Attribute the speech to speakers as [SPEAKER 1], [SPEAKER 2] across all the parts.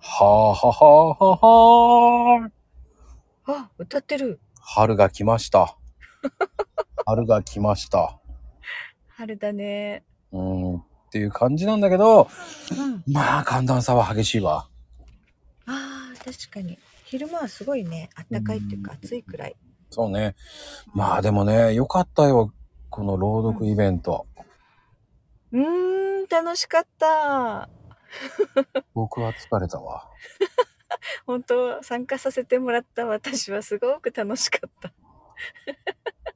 [SPEAKER 1] はーははーははー。
[SPEAKER 2] あ、歌ってる。
[SPEAKER 1] 春が来ました。春が来ました。
[SPEAKER 2] 春だね。
[SPEAKER 1] うーん。っていう感じなんだけど、
[SPEAKER 2] うん。
[SPEAKER 1] まあ寒暖差は激しいわ。
[SPEAKER 2] ああ、確かに。昼間はすごいね、あったかいっていうか
[SPEAKER 1] うん
[SPEAKER 2] 暑いくらい。
[SPEAKER 1] そうね。まあでもね、良かったよ。この朗読イベント。
[SPEAKER 2] うーん、楽しかった。
[SPEAKER 1] 僕は疲れたわ。
[SPEAKER 2] 本当参加させてもらった私はすごく楽しかった。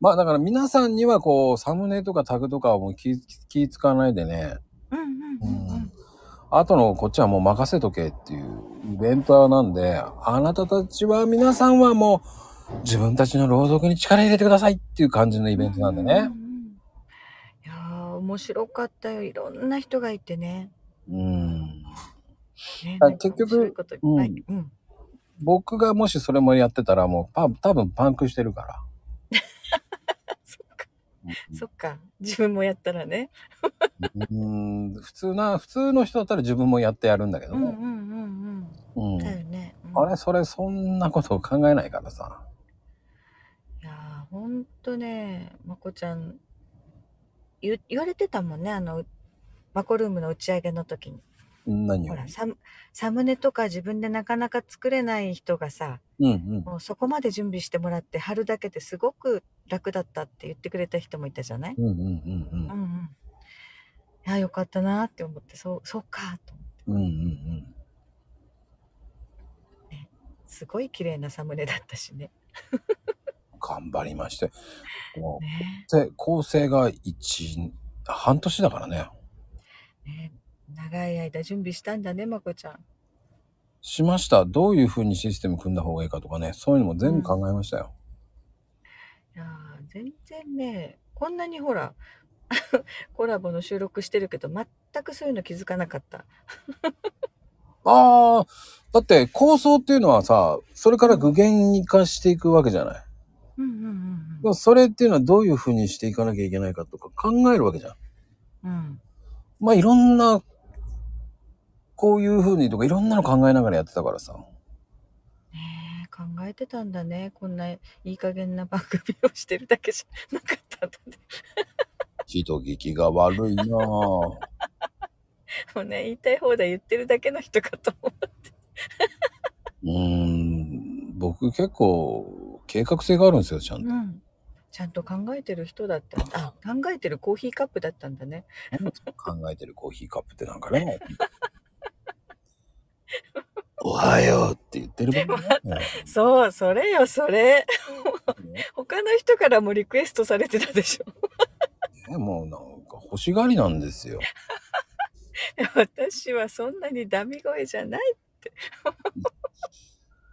[SPEAKER 1] まあだから皆さんにはこう、サムネとかタグとかはもう気、気使わないでね。
[SPEAKER 2] うん
[SPEAKER 1] う
[SPEAKER 2] うんうんうん
[SPEAKER 1] ん。あとのこっちはもう任せとけっていうイベントなんで、あなたたちは皆さんはもう自分たちの朗読に力入れてくださいっていう感じのイベントなんで
[SPEAKER 2] う
[SPEAKER 1] ね
[SPEAKER 2] う。んいやー面白かったよいろんな人がいてね
[SPEAKER 1] うん。
[SPEAKER 2] ね
[SPEAKER 1] あ
[SPEAKER 2] なんか
[SPEAKER 1] 結局
[SPEAKER 2] 面白いこといっぱい、うん
[SPEAKER 1] 僕がもしそれもやってたらもうパ多分パンクしてるから。
[SPEAKER 2] そっかそっか自分もやったらね
[SPEAKER 1] うん、普通な、普通の人だったら自分もやってやるんだけど
[SPEAKER 2] うんうん
[SPEAKER 1] ね。
[SPEAKER 2] うん
[SPEAKER 1] うん
[SPEAKER 2] うんだよね、うん
[SPEAKER 1] あれそれそんなことを考えないからさ。
[SPEAKER 2] いやーほんとねまこちゃん言言われてたもんねあのマコルームの打ち上げの時に
[SPEAKER 1] 何
[SPEAKER 2] ほ
[SPEAKER 1] を。
[SPEAKER 2] らサムサムネとか自分でなかなか作れない人がさ、
[SPEAKER 1] うんうん。
[SPEAKER 2] もうそこまで準備してもらって貼るだけですごく楽だったって言ってくれた人もいたじゃない、
[SPEAKER 1] うんうんうんう
[SPEAKER 2] うんん、うんああよかったなって思ってそうそうかと思っ
[SPEAKER 1] うんうんうん。
[SPEAKER 2] てすごい綺麗なサムネだったしね。
[SPEAKER 1] 頑張りまして。もう
[SPEAKER 2] ね
[SPEAKER 1] で構成が1半年だからね
[SPEAKER 2] ね長い間準備したんだねまこちゃん。
[SPEAKER 1] しましたどういうふうにシステム組んだ方がいいかとかねそういうのも全部考えましたよ、
[SPEAKER 2] いやー全然ねこんなにほら コラボの収録してるけど全くそういうの気づかなかった。
[SPEAKER 1] ああだって構想っていうのはさそれから具現化していくわけじゃない
[SPEAKER 2] うんうんうん
[SPEAKER 1] でもそれっていうのはどういうふうにしていかなきゃいけないかとか考えるわけじゃん
[SPEAKER 2] うん。うん
[SPEAKER 1] まあいろんなこういうふうにとかいろんなの考えながらやってたからさ
[SPEAKER 2] ねえ考えてたんだねこんないい加減な番組をしてるだけじゃ なかったんだね。
[SPEAKER 1] 人聞きが悪いなぁ
[SPEAKER 2] もうね、言いたい放題言ってるだけの人かと思う。
[SPEAKER 1] うーん僕結構計画性があるんですよちゃんと。
[SPEAKER 2] ん。ちゃんと考えてる人だった。あ、考えてるコーヒーカップだったんだね。
[SPEAKER 1] 考えてるコーヒーカップってなんかね。 おはようって言ってるもんね。
[SPEAKER 2] そう、それよ、それ。
[SPEAKER 1] ね
[SPEAKER 2] 他の人からもリクエストされてたでしょ。
[SPEAKER 1] もうなんか欲しがりなんですよ。
[SPEAKER 2] いや私はそんなにダミ声じゃない。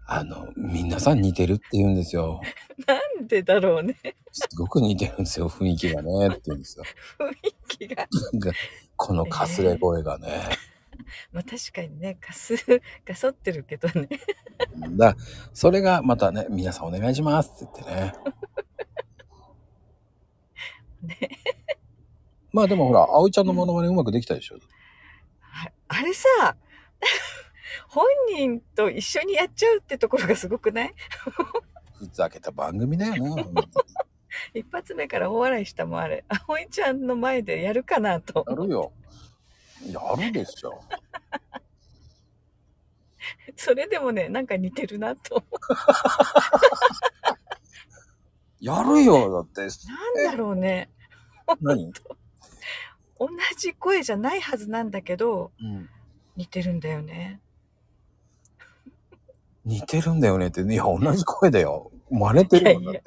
[SPEAKER 1] あの、皆さん似てるって言うんですよ。
[SPEAKER 2] なんでだろうね。
[SPEAKER 1] すごく似てるんですよ、雰囲気がねって言うんですよ。
[SPEAKER 2] 雰囲気が。
[SPEAKER 1] なんかこのかすれ声がね。
[SPEAKER 2] まあ確かにね、かす、かそってるけどね。
[SPEAKER 1] だそれがまたね、皆さんお願いしますって言ってね。
[SPEAKER 2] ね
[SPEAKER 1] まあでもほら、葵ちゃんのモノマネうまくできたでしょ。
[SPEAKER 2] ああれさ、 本人と一緒にやっちゃうってところがすごくない
[SPEAKER 1] ふざけた番組だよね。
[SPEAKER 2] 一発目から大笑いしたもんあれ葵ちゃんの前でやるかなと
[SPEAKER 1] やるよ。やるでしょ。
[SPEAKER 2] それでもねなんか似てるなと
[SPEAKER 1] やるよだって
[SPEAKER 2] なんだろうね
[SPEAKER 1] 何、
[SPEAKER 2] 同じ声じゃないはずなんだけど似てるんだよね
[SPEAKER 1] 似てるんだよねっていや同じ声だよ真似てるよだっ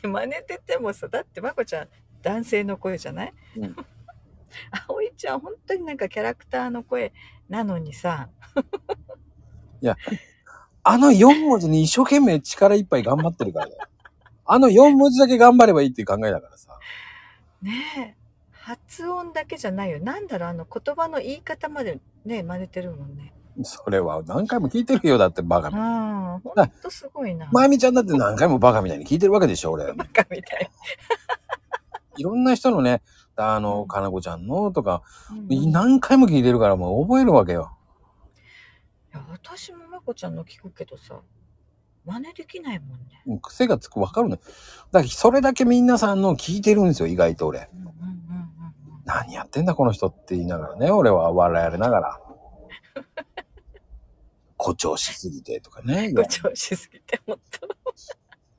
[SPEAKER 1] て
[SPEAKER 2] 真似ててもさだってまこちゃん男性の声じゃない、
[SPEAKER 1] うん
[SPEAKER 2] 葵ちゃん本当になんかキャラクターの声なのにさ
[SPEAKER 1] あの4文字に一生懸命力いっぱい頑張ってるからだよあの4文字だけ頑張ればいいっていう考えだからさ
[SPEAKER 2] ねえ発音だけじゃないよなんだろうあの言葉の言い方までね真似てるもんね
[SPEAKER 1] それは何回も聞いてるよだってバカみたい
[SPEAKER 2] ああほんとすごいな
[SPEAKER 1] まゆみちゃんだって何回もバカみたいに聞いてるわけでしょ俺
[SPEAKER 2] バカみたい
[SPEAKER 1] いろんな人のねあのかなこちゃんのとか
[SPEAKER 2] うんうん
[SPEAKER 1] 何回も聞いてるからもう覚えるわけよ
[SPEAKER 2] いやや私もまこちゃんの聞くけどさ真似できないもんね、
[SPEAKER 1] もう癖がつく、わかるの。だから、それだけみんなさんの聞いてるんですよ、意外と俺。
[SPEAKER 2] うんうんうんうんうん、
[SPEAKER 1] 何やってんだ、この人って言いながらね、俺は笑いれながら。誇張しすぎてとかね。
[SPEAKER 2] ごちょうしすぎて本当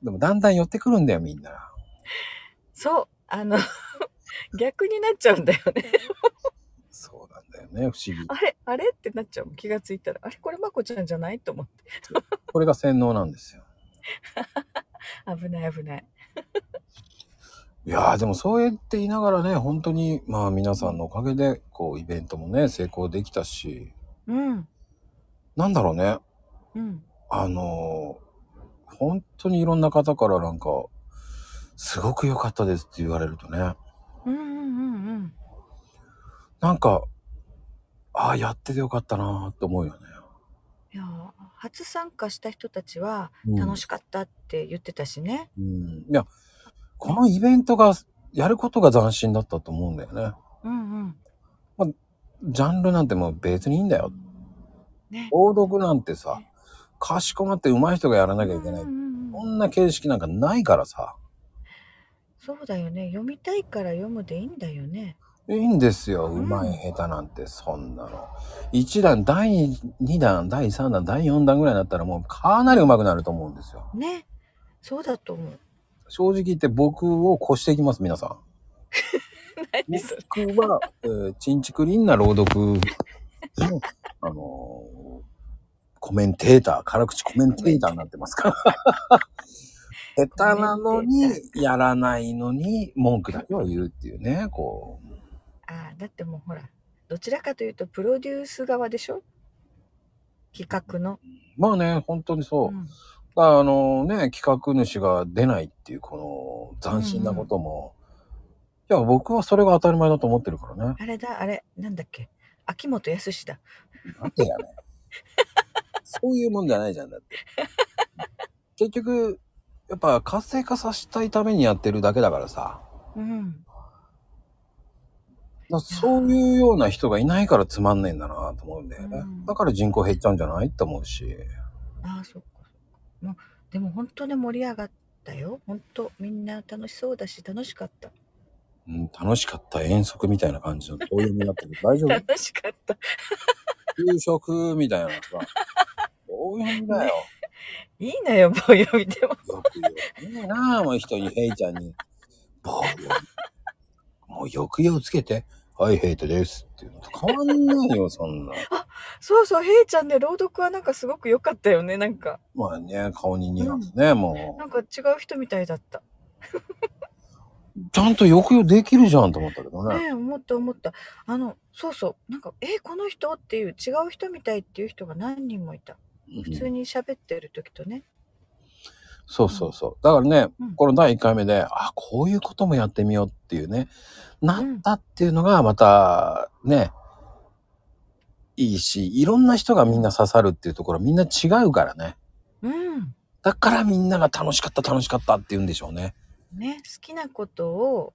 [SPEAKER 1] でも、だんだん寄ってくるんだよ、みんな。
[SPEAKER 2] そうあの 逆になっちゃうんだよね
[SPEAKER 1] そうなんだよね、不思議。
[SPEAKER 2] あれあれってなっちゃうもん気がついたらあれこれまこちゃんじゃないと思って
[SPEAKER 1] これが洗脳なんですよ。
[SPEAKER 2] 危ない危ない
[SPEAKER 1] いやーでもそうやって言いながらね本当にまあ皆さんのおかげでこうイベントもね成功できたし
[SPEAKER 2] うん
[SPEAKER 1] なんだろうね
[SPEAKER 2] うん
[SPEAKER 1] あのー本当にいろんな方からなんか「すごく良かったです」って言われるとね
[SPEAKER 2] うんうんうんうん
[SPEAKER 1] なんかああやっててよかったなーって思うよね。
[SPEAKER 2] いやー初参加した人たちは
[SPEAKER 1] うん
[SPEAKER 2] 楽しかったって言ってたしね、
[SPEAKER 1] うん、いやこのイベントがやることが斬新だったと思うんだよね。
[SPEAKER 2] うん、うん
[SPEAKER 1] ジャンルなんてもう別にいいんだよ。
[SPEAKER 2] ね
[SPEAKER 1] 朗読なんてさかしこまって上手い人がやらなきゃいけない
[SPEAKER 2] うんうん
[SPEAKER 1] こ
[SPEAKER 2] うん
[SPEAKER 1] んな形式なんかないからさ。
[SPEAKER 2] そうだよね読みたいから読むでいいんだよね
[SPEAKER 1] いいんですよ。
[SPEAKER 2] う
[SPEAKER 1] うんまい下手なんて、そんなの。1段、第2弾、第3弾、第4弾ぐらいになったらもうかなり上手くなると思うんですよ。
[SPEAKER 2] ねそうだと思う
[SPEAKER 1] 正直言って僕を越していきます、皆さん。
[SPEAKER 2] 何それ
[SPEAKER 1] 僕は、えー、チンチクリンな朗読の、あのーコメンテーター、辛口コメンテーターになってますから。下手なのに
[SPEAKER 2] コメンテ、
[SPEAKER 1] やらないのに、文句だけは言うっていうね、こう。
[SPEAKER 2] あーだってもうほらどちらかというとプロデュース側でしょ企画の、
[SPEAKER 1] まあね、本当にそう。
[SPEAKER 2] うん
[SPEAKER 1] あのね、企画主が出ないっていうこの斬新なことも、いや、僕はそれが当たり前だと思ってるからね。
[SPEAKER 2] あれだあれなんだっけ秋元康だ
[SPEAKER 1] なんでや ねん。そういうもんじゃないじゃんだって。結局、やっぱ活性化させたいためにやってるだけだからさ。
[SPEAKER 2] うん
[SPEAKER 1] だからそういうような人がいないからつまんねえんだなと思うんだよね。
[SPEAKER 2] うん
[SPEAKER 1] だから人口減っちゃうんじゃないって思うし。
[SPEAKER 2] ああそっかそっかもうでも本当ね盛り上がったよ本当みんな楽しそうだし楽しかった
[SPEAKER 1] うん、楽しかった遠足みたい な感じの遠読みになってるけど大丈夫
[SPEAKER 2] 楽しかった
[SPEAKER 1] 給食みたいなのさ。遠読みだよ。
[SPEAKER 2] いいのよ棒読みでも
[SPEAKER 1] よく言うねえなあ、もう人にヘイちゃんに。棒を。もう抑揚つけて、はい、ヘイトです。っていうのと変わんないよ、そんな。
[SPEAKER 2] そうそうヘイちゃんで朗読はなんかすごく良かったよねなんか
[SPEAKER 1] まあね、顔に似合うね、も
[SPEAKER 2] なんか違う人みたいだった
[SPEAKER 1] う。ちゃんと抑揚できるじゃんと思ったけどね。
[SPEAKER 2] ねえ思った思ったあのそうそうなんか「えこの人?」っていう違う人みたいっていう人が何人もいた普
[SPEAKER 1] う
[SPEAKER 2] 通
[SPEAKER 1] ん
[SPEAKER 2] に喋ってる時とね
[SPEAKER 1] そうそうそう。だからね、
[SPEAKER 2] うん
[SPEAKER 1] この第1回目で、あ、こういうこともやってみようっていうね、なったっていうのがまた、ね、いいし、いろんな人がみんな刺さるっていうところ、みんな違うからね。
[SPEAKER 2] うん
[SPEAKER 1] だからみんなが楽しかった楽しかったって言うんでしょうね。
[SPEAKER 2] ね好きなことを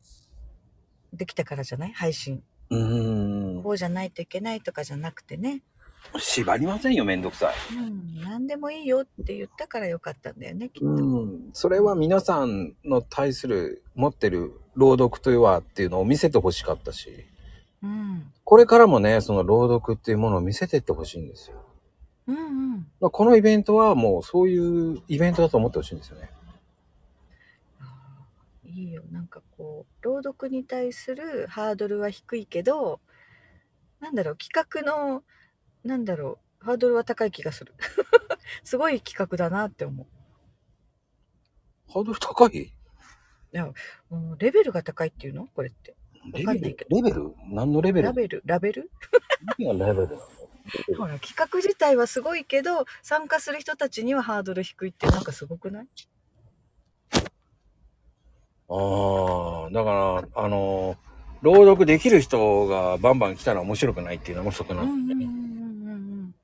[SPEAKER 2] できたからじゃない配信
[SPEAKER 1] うーん。
[SPEAKER 2] こうじゃないといけないとかじゃなくてね、
[SPEAKER 1] 縛りませんよ、めんどくさい。
[SPEAKER 2] うん、何でもいいよって言ったからよかったんだよねきっと、
[SPEAKER 1] うん。それは皆さんの対する持ってる朗読というはっていうのを見せてほしかったし、
[SPEAKER 2] うん、
[SPEAKER 1] これからもね、その朗読っていうものを見せてってほしいんですよ。
[SPEAKER 2] うんうん
[SPEAKER 1] まあこのイベントはもうそういうイベントだと思ってほしいんですよね。
[SPEAKER 2] あーいいよなんかこう朗読に対するハードルは低いけどなんだろう企画のなんだろうハードルは高い気がする すごい企画だなって思
[SPEAKER 1] ハードル高い
[SPEAKER 2] うん、うんレベルが高いっていうのこれって
[SPEAKER 1] レ
[SPEAKER 2] か
[SPEAKER 1] ベ
[SPEAKER 2] んない
[SPEAKER 1] ル
[SPEAKER 2] け
[SPEAKER 1] レベル何のレベル
[SPEAKER 2] ラベルラベル
[SPEAKER 1] 何がレベルなの
[SPEAKER 2] ほら企画自体はすごいけど参加する人たちにはハードル低いってなんかすごくない
[SPEAKER 1] ああ、だから、あのー朗読できる人がバンバン来たら面白くないっていうのもそこな
[SPEAKER 2] うんん
[SPEAKER 1] で、
[SPEAKER 2] うん
[SPEAKER 1] ね
[SPEAKER 2] うんうんうん。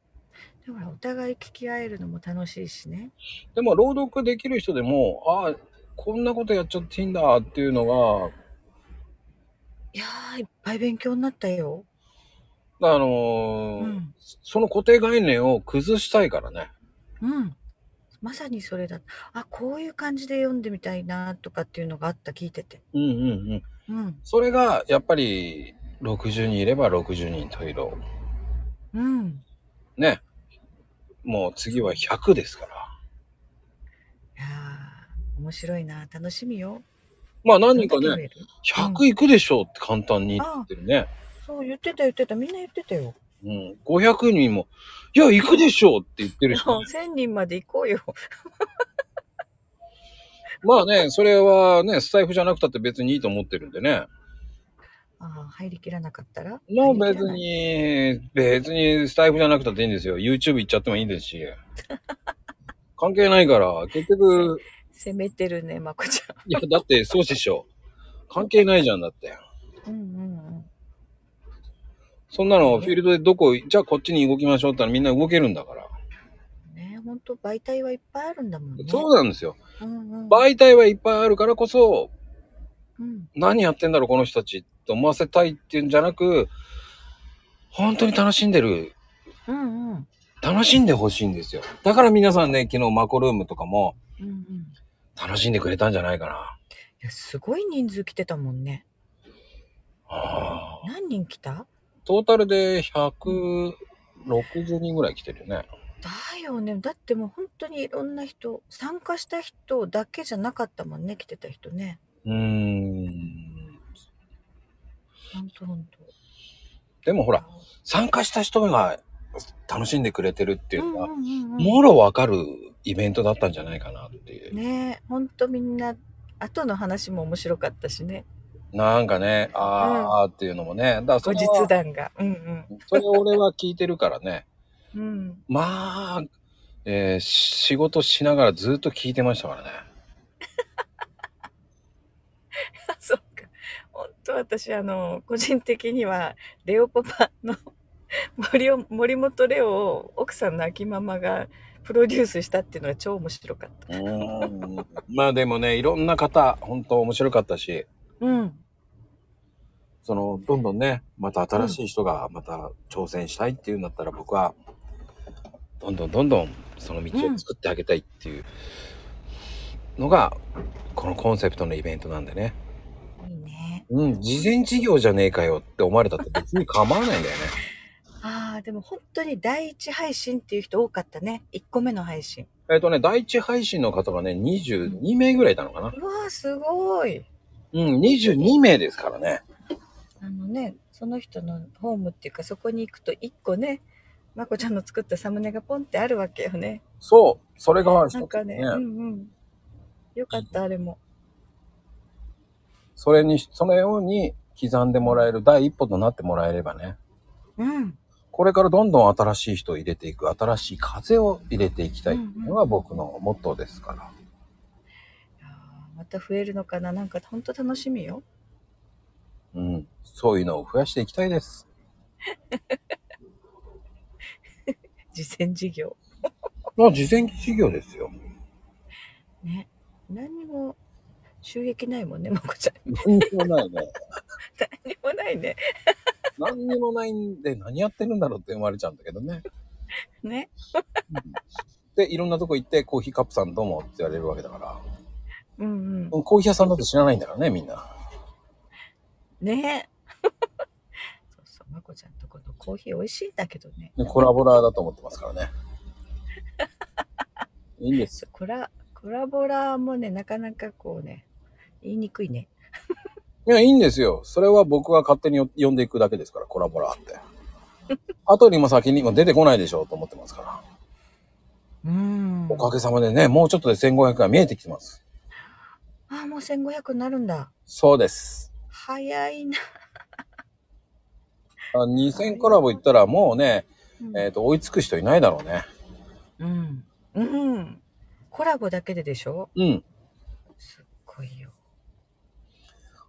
[SPEAKER 2] だからお互い聞き合えるのも楽しいしね。
[SPEAKER 1] でも、朗読できる人でも、ああ、こんなことやっちゃっていいんだっていうのが、
[SPEAKER 2] いやーいっぱい勉強になったよ。
[SPEAKER 1] あのー
[SPEAKER 2] うん
[SPEAKER 1] その固定概念を崩したいからね。
[SPEAKER 2] うん。まさにそれだ。あ、こういう感じで読んでみたいなとかっていうのがあった、聞いてて。
[SPEAKER 1] うんうんうん。
[SPEAKER 2] うん。
[SPEAKER 1] それが、やっぱり、60人いれば60人と色。
[SPEAKER 2] うん。
[SPEAKER 1] ね。もう次は100ですから。
[SPEAKER 2] いやー面白いな。楽しみよ。
[SPEAKER 1] まあ何人か
[SPEAKER 2] どんだ
[SPEAKER 1] ね、
[SPEAKER 2] け増え
[SPEAKER 1] 100
[SPEAKER 2] る
[SPEAKER 1] いくでしょうって簡単に言ってるね。
[SPEAKER 2] そう、言ってた言ってた。みんな言ってたよ。
[SPEAKER 1] うん。500人も、いや、行くでしょうって言って るし、ね。
[SPEAKER 2] 1000人まで行こうよ。
[SPEAKER 1] まあね、それはね、スタイフじゃなくたって別にいいと思ってるんでね。
[SPEAKER 2] あー入りきらなかったら
[SPEAKER 1] もう
[SPEAKER 2] 入り
[SPEAKER 1] 別
[SPEAKER 2] きらない
[SPEAKER 1] に、別にスタイフじゃなくたっていいんですよ。YouTube 行っちゃってもいいです し。関係ないから、結局、
[SPEAKER 2] 攻めてるね、まこち
[SPEAKER 1] いや、だってそうでしょ。関係ないじゃんだって。
[SPEAKER 2] ゃん。うんうんうん。
[SPEAKER 1] そんなのフィールドでどこ、じゃあこっちに動きましょうって言ったらみんな動けるんだから。
[SPEAKER 2] ね本当媒体はいっぱいあるんだもんね。
[SPEAKER 1] そうなんですよ。
[SPEAKER 2] うんうん、
[SPEAKER 1] 媒体はいっぱいあるからこそ、
[SPEAKER 2] うん、
[SPEAKER 1] 何やってんだろうこの人たちって思わせたいっていうんじゃなく、本当に楽しんでる
[SPEAKER 2] うんうん
[SPEAKER 1] 楽しんでほしいんですよ。だから皆さんね、昨日マコルームとかも
[SPEAKER 2] うんうん
[SPEAKER 1] 楽しんでくれたんじゃないかな。
[SPEAKER 2] いやすごい人数来てたもんね。
[SPEAKER 1] あー
[SPEAKER 2] 何人来た
[SPEAKER 1] トータルで160人ぐらい来てるよね。
[SPEAKER 2] だよね。だってもう本当にいろんな人、参加した人だけじゃなかったもんね、来てた人ね。
[SPEAKER 1] うーん。
[SPEAKER 2] 本当本当。
[SPEAKER 1] でもほら、参加した人が楽しんでくれてるっていううんの
[SPEAKER 2] う
[SPEAKER 1] は、
[SPEAKER 2] んうんうん、
[SPEAKER 1] もろわかるイベントだったんじゃないかなっていう。
[SPEAKER 2] ねえ、本当みんな、後の話も面白かったしね。
[SPEAKER 1] なんかね、あーっていうのもね。だからそ
[SPEAKER 2] 後
[SPEAKER 1] れ
[SPEAKER 2] 日
[SPEAKER 1] は
[SPEAKER 2] 談が。うん
[SPEAKER 1] それ俺は聞いてるからね。
[SPEAKER 2] うん。うん。
[SPEAKER 1] まあ、えー仕事しながらずっと聞いてましたからね。
[SPEAKER 2] あ そうか。本当私、あの、個人的には、レオパパの森を、森本レオを奥さんの秋ママがプロデュースしたっていうのが超面白かった。
[SPEAKER 1] うーんまあでもねいろんな方本当面白かったし
[SPEAKER 2] うん。
[SPEAKER 1] そのどんどんねまた新しい人がまた挑戦したいっていうんだったら僕はどんどんどんどんその道を作ってあげたいっていうのが、このコンセプトのイベントなんでね、
[SPEAKER 2] いいね。
[SPEAKER 1] うん、事前事業じゃねえかよって思われたって別に構わないんだよね
[SPEAKER 2] ああ、でも本当に第一配信っていう人多かったね。1個目の配信。
[SPEAKER 1] えっとね第一配信の方がね22名ぐらいいたのかな
[SPEAKER 2] うわあ、すごい。
[SPEAKER 1] うん22名ですからね
[SPEAKER 2] あのね、その人のホームっていうか、そこに行くと1個ね、まこちゃんの作ったサムネがポンってあるわけよね。
[SPEAKER 1] そうそれが
[SPEAKER 2] なんかね、うんうん。よかった、あれも。
[SPEAKER 1] それに、そのように刻んでもらえる第一歩となってもらえればね、
[SPEAKER 2] うん。
[SPEAKER 1] これからどんどん新しい人を入れていく、新しい風を入れていきたいっていうのが僕のモットーですから。
[SPEAKER 2] いやーまた増えるのかななんかほんと楽しみよ。
[SPEAKER 1] うん。そういうのを増やしていきたいです。
[SPEAKER 2] 実践事業。
[SPEAKER 1] まあ、事前事業ですよ。
[SPEAKER 2] ね。何にも収益ないもんね、まこちゃん。
[SPEAKER 1] 何にもないね。
[SPEAKER 2] 何もないね。
[SPEAKER 1] 何にもないんで何やってるんだろうって思われちゃうんだけどね。
[SPEAKER 2] ね。
[SPEAKER 1] で、いろんなとこ行ってコーヒーカップさんどうもって言われるわけだから。
[SPEAKER 2] うんうん。
[SPEAKER 1] コーヒー屋さんだって知らないんだからね、みんな。
[SPEAKER 2] ね。 そうそう、まこちゃんとこのコーヒー美味しいんだけどね。
[SPEAKER 1] でコラボラーだと思ってますからね。いいんですよ。
[SPEAKER 2] コラ、コラボラもね、なかなかこうね、言いにくいね。
[SPEAKER 1] いや、いいんですよ。それは僕が勝手によ呼んでいくだけですから、コラボラーって。後にも先にも出てこないでしょうと思ってますから。
[SPEAKER 2] うん。
[SPEAKER 1] おかげさまでね、もうちょっとで1500が見えてきてます。
[SPEAKER 2] ああ、もう1500になるんだ。
[SPEAKER 1] そうです。
[SPEAKER 2] 早いな。
[SPEAKER 1] あ2000コラボ行ったらもうね、えっ、と、追いつく人いないだろうね。
[SPEAKER 2] うん。うん。コラボだけででしょ
[SPEAKER 1] うん。
[SPEAKER 2] すっごいよ。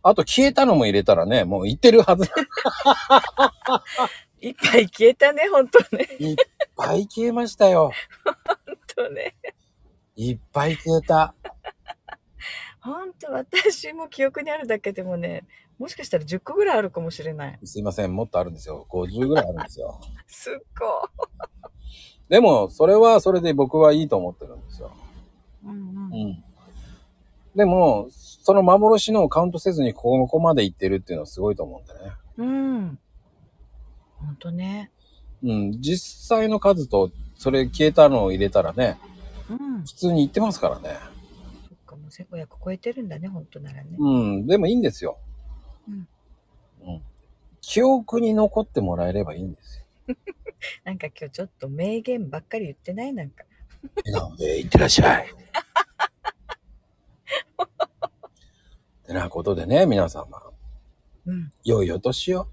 [SPEAKER 1] あと、消えたのも入れたらね、もう行ってるはず。
[SPEAKER 2] いっぱい消えたね、本当ね。
[SPEAKER 1] いっぱい消えましたよ。
[SPEAKER 2] 本当ね。
[SPEAKER 1] いっぱい消えた。
[SPEAKER 2] 本当私も記憶にあるだけでもね、もしかしたら10個ぐらいあるかもしれない。
[SPEAKER 1] すいません、もっとあるんですよ。50ぐらいあるんですよ。
[SPEAKER 2] すっご
[SPEAKER 1] でも、それはそれで僕はいいと思ってるんですよ。
[SPEAKER 2] い。うん
[SPEAKER 1] う
[SPEAKER 2] うん。
[SPEAKER 1] ん。でも、その幻のをカウントせずにここまで行ってるっていうのはすごいと思うんだよね。
[SPEAKER 2] うん。ほんとね。
[SPEAKER 1] うん。実際の数と、それ消えたのを入れたらね、
[SPEAKER 2] うん。
[SPEAKER 1] 普通に行ってますからね。
[SPEAKER 2] そっか、もう1500超えてるんだね、本当ならね。
[SPEAKER 1] うん。でもいいんですよ。
[SPEAKER 2] うん。
[SPEAKER 1] うん。記憶に残ってもらえればいいんですよ。
[SPEAKER 2] なんか今日ちょっと名言ばっかり言ってないなんか。
[SPEAKER 1] 笑顔でいってらっしゃい。 ってなことでね、皆様、
[SPEAKER 2] うん。
[SPEAKER 1] 良いお年を。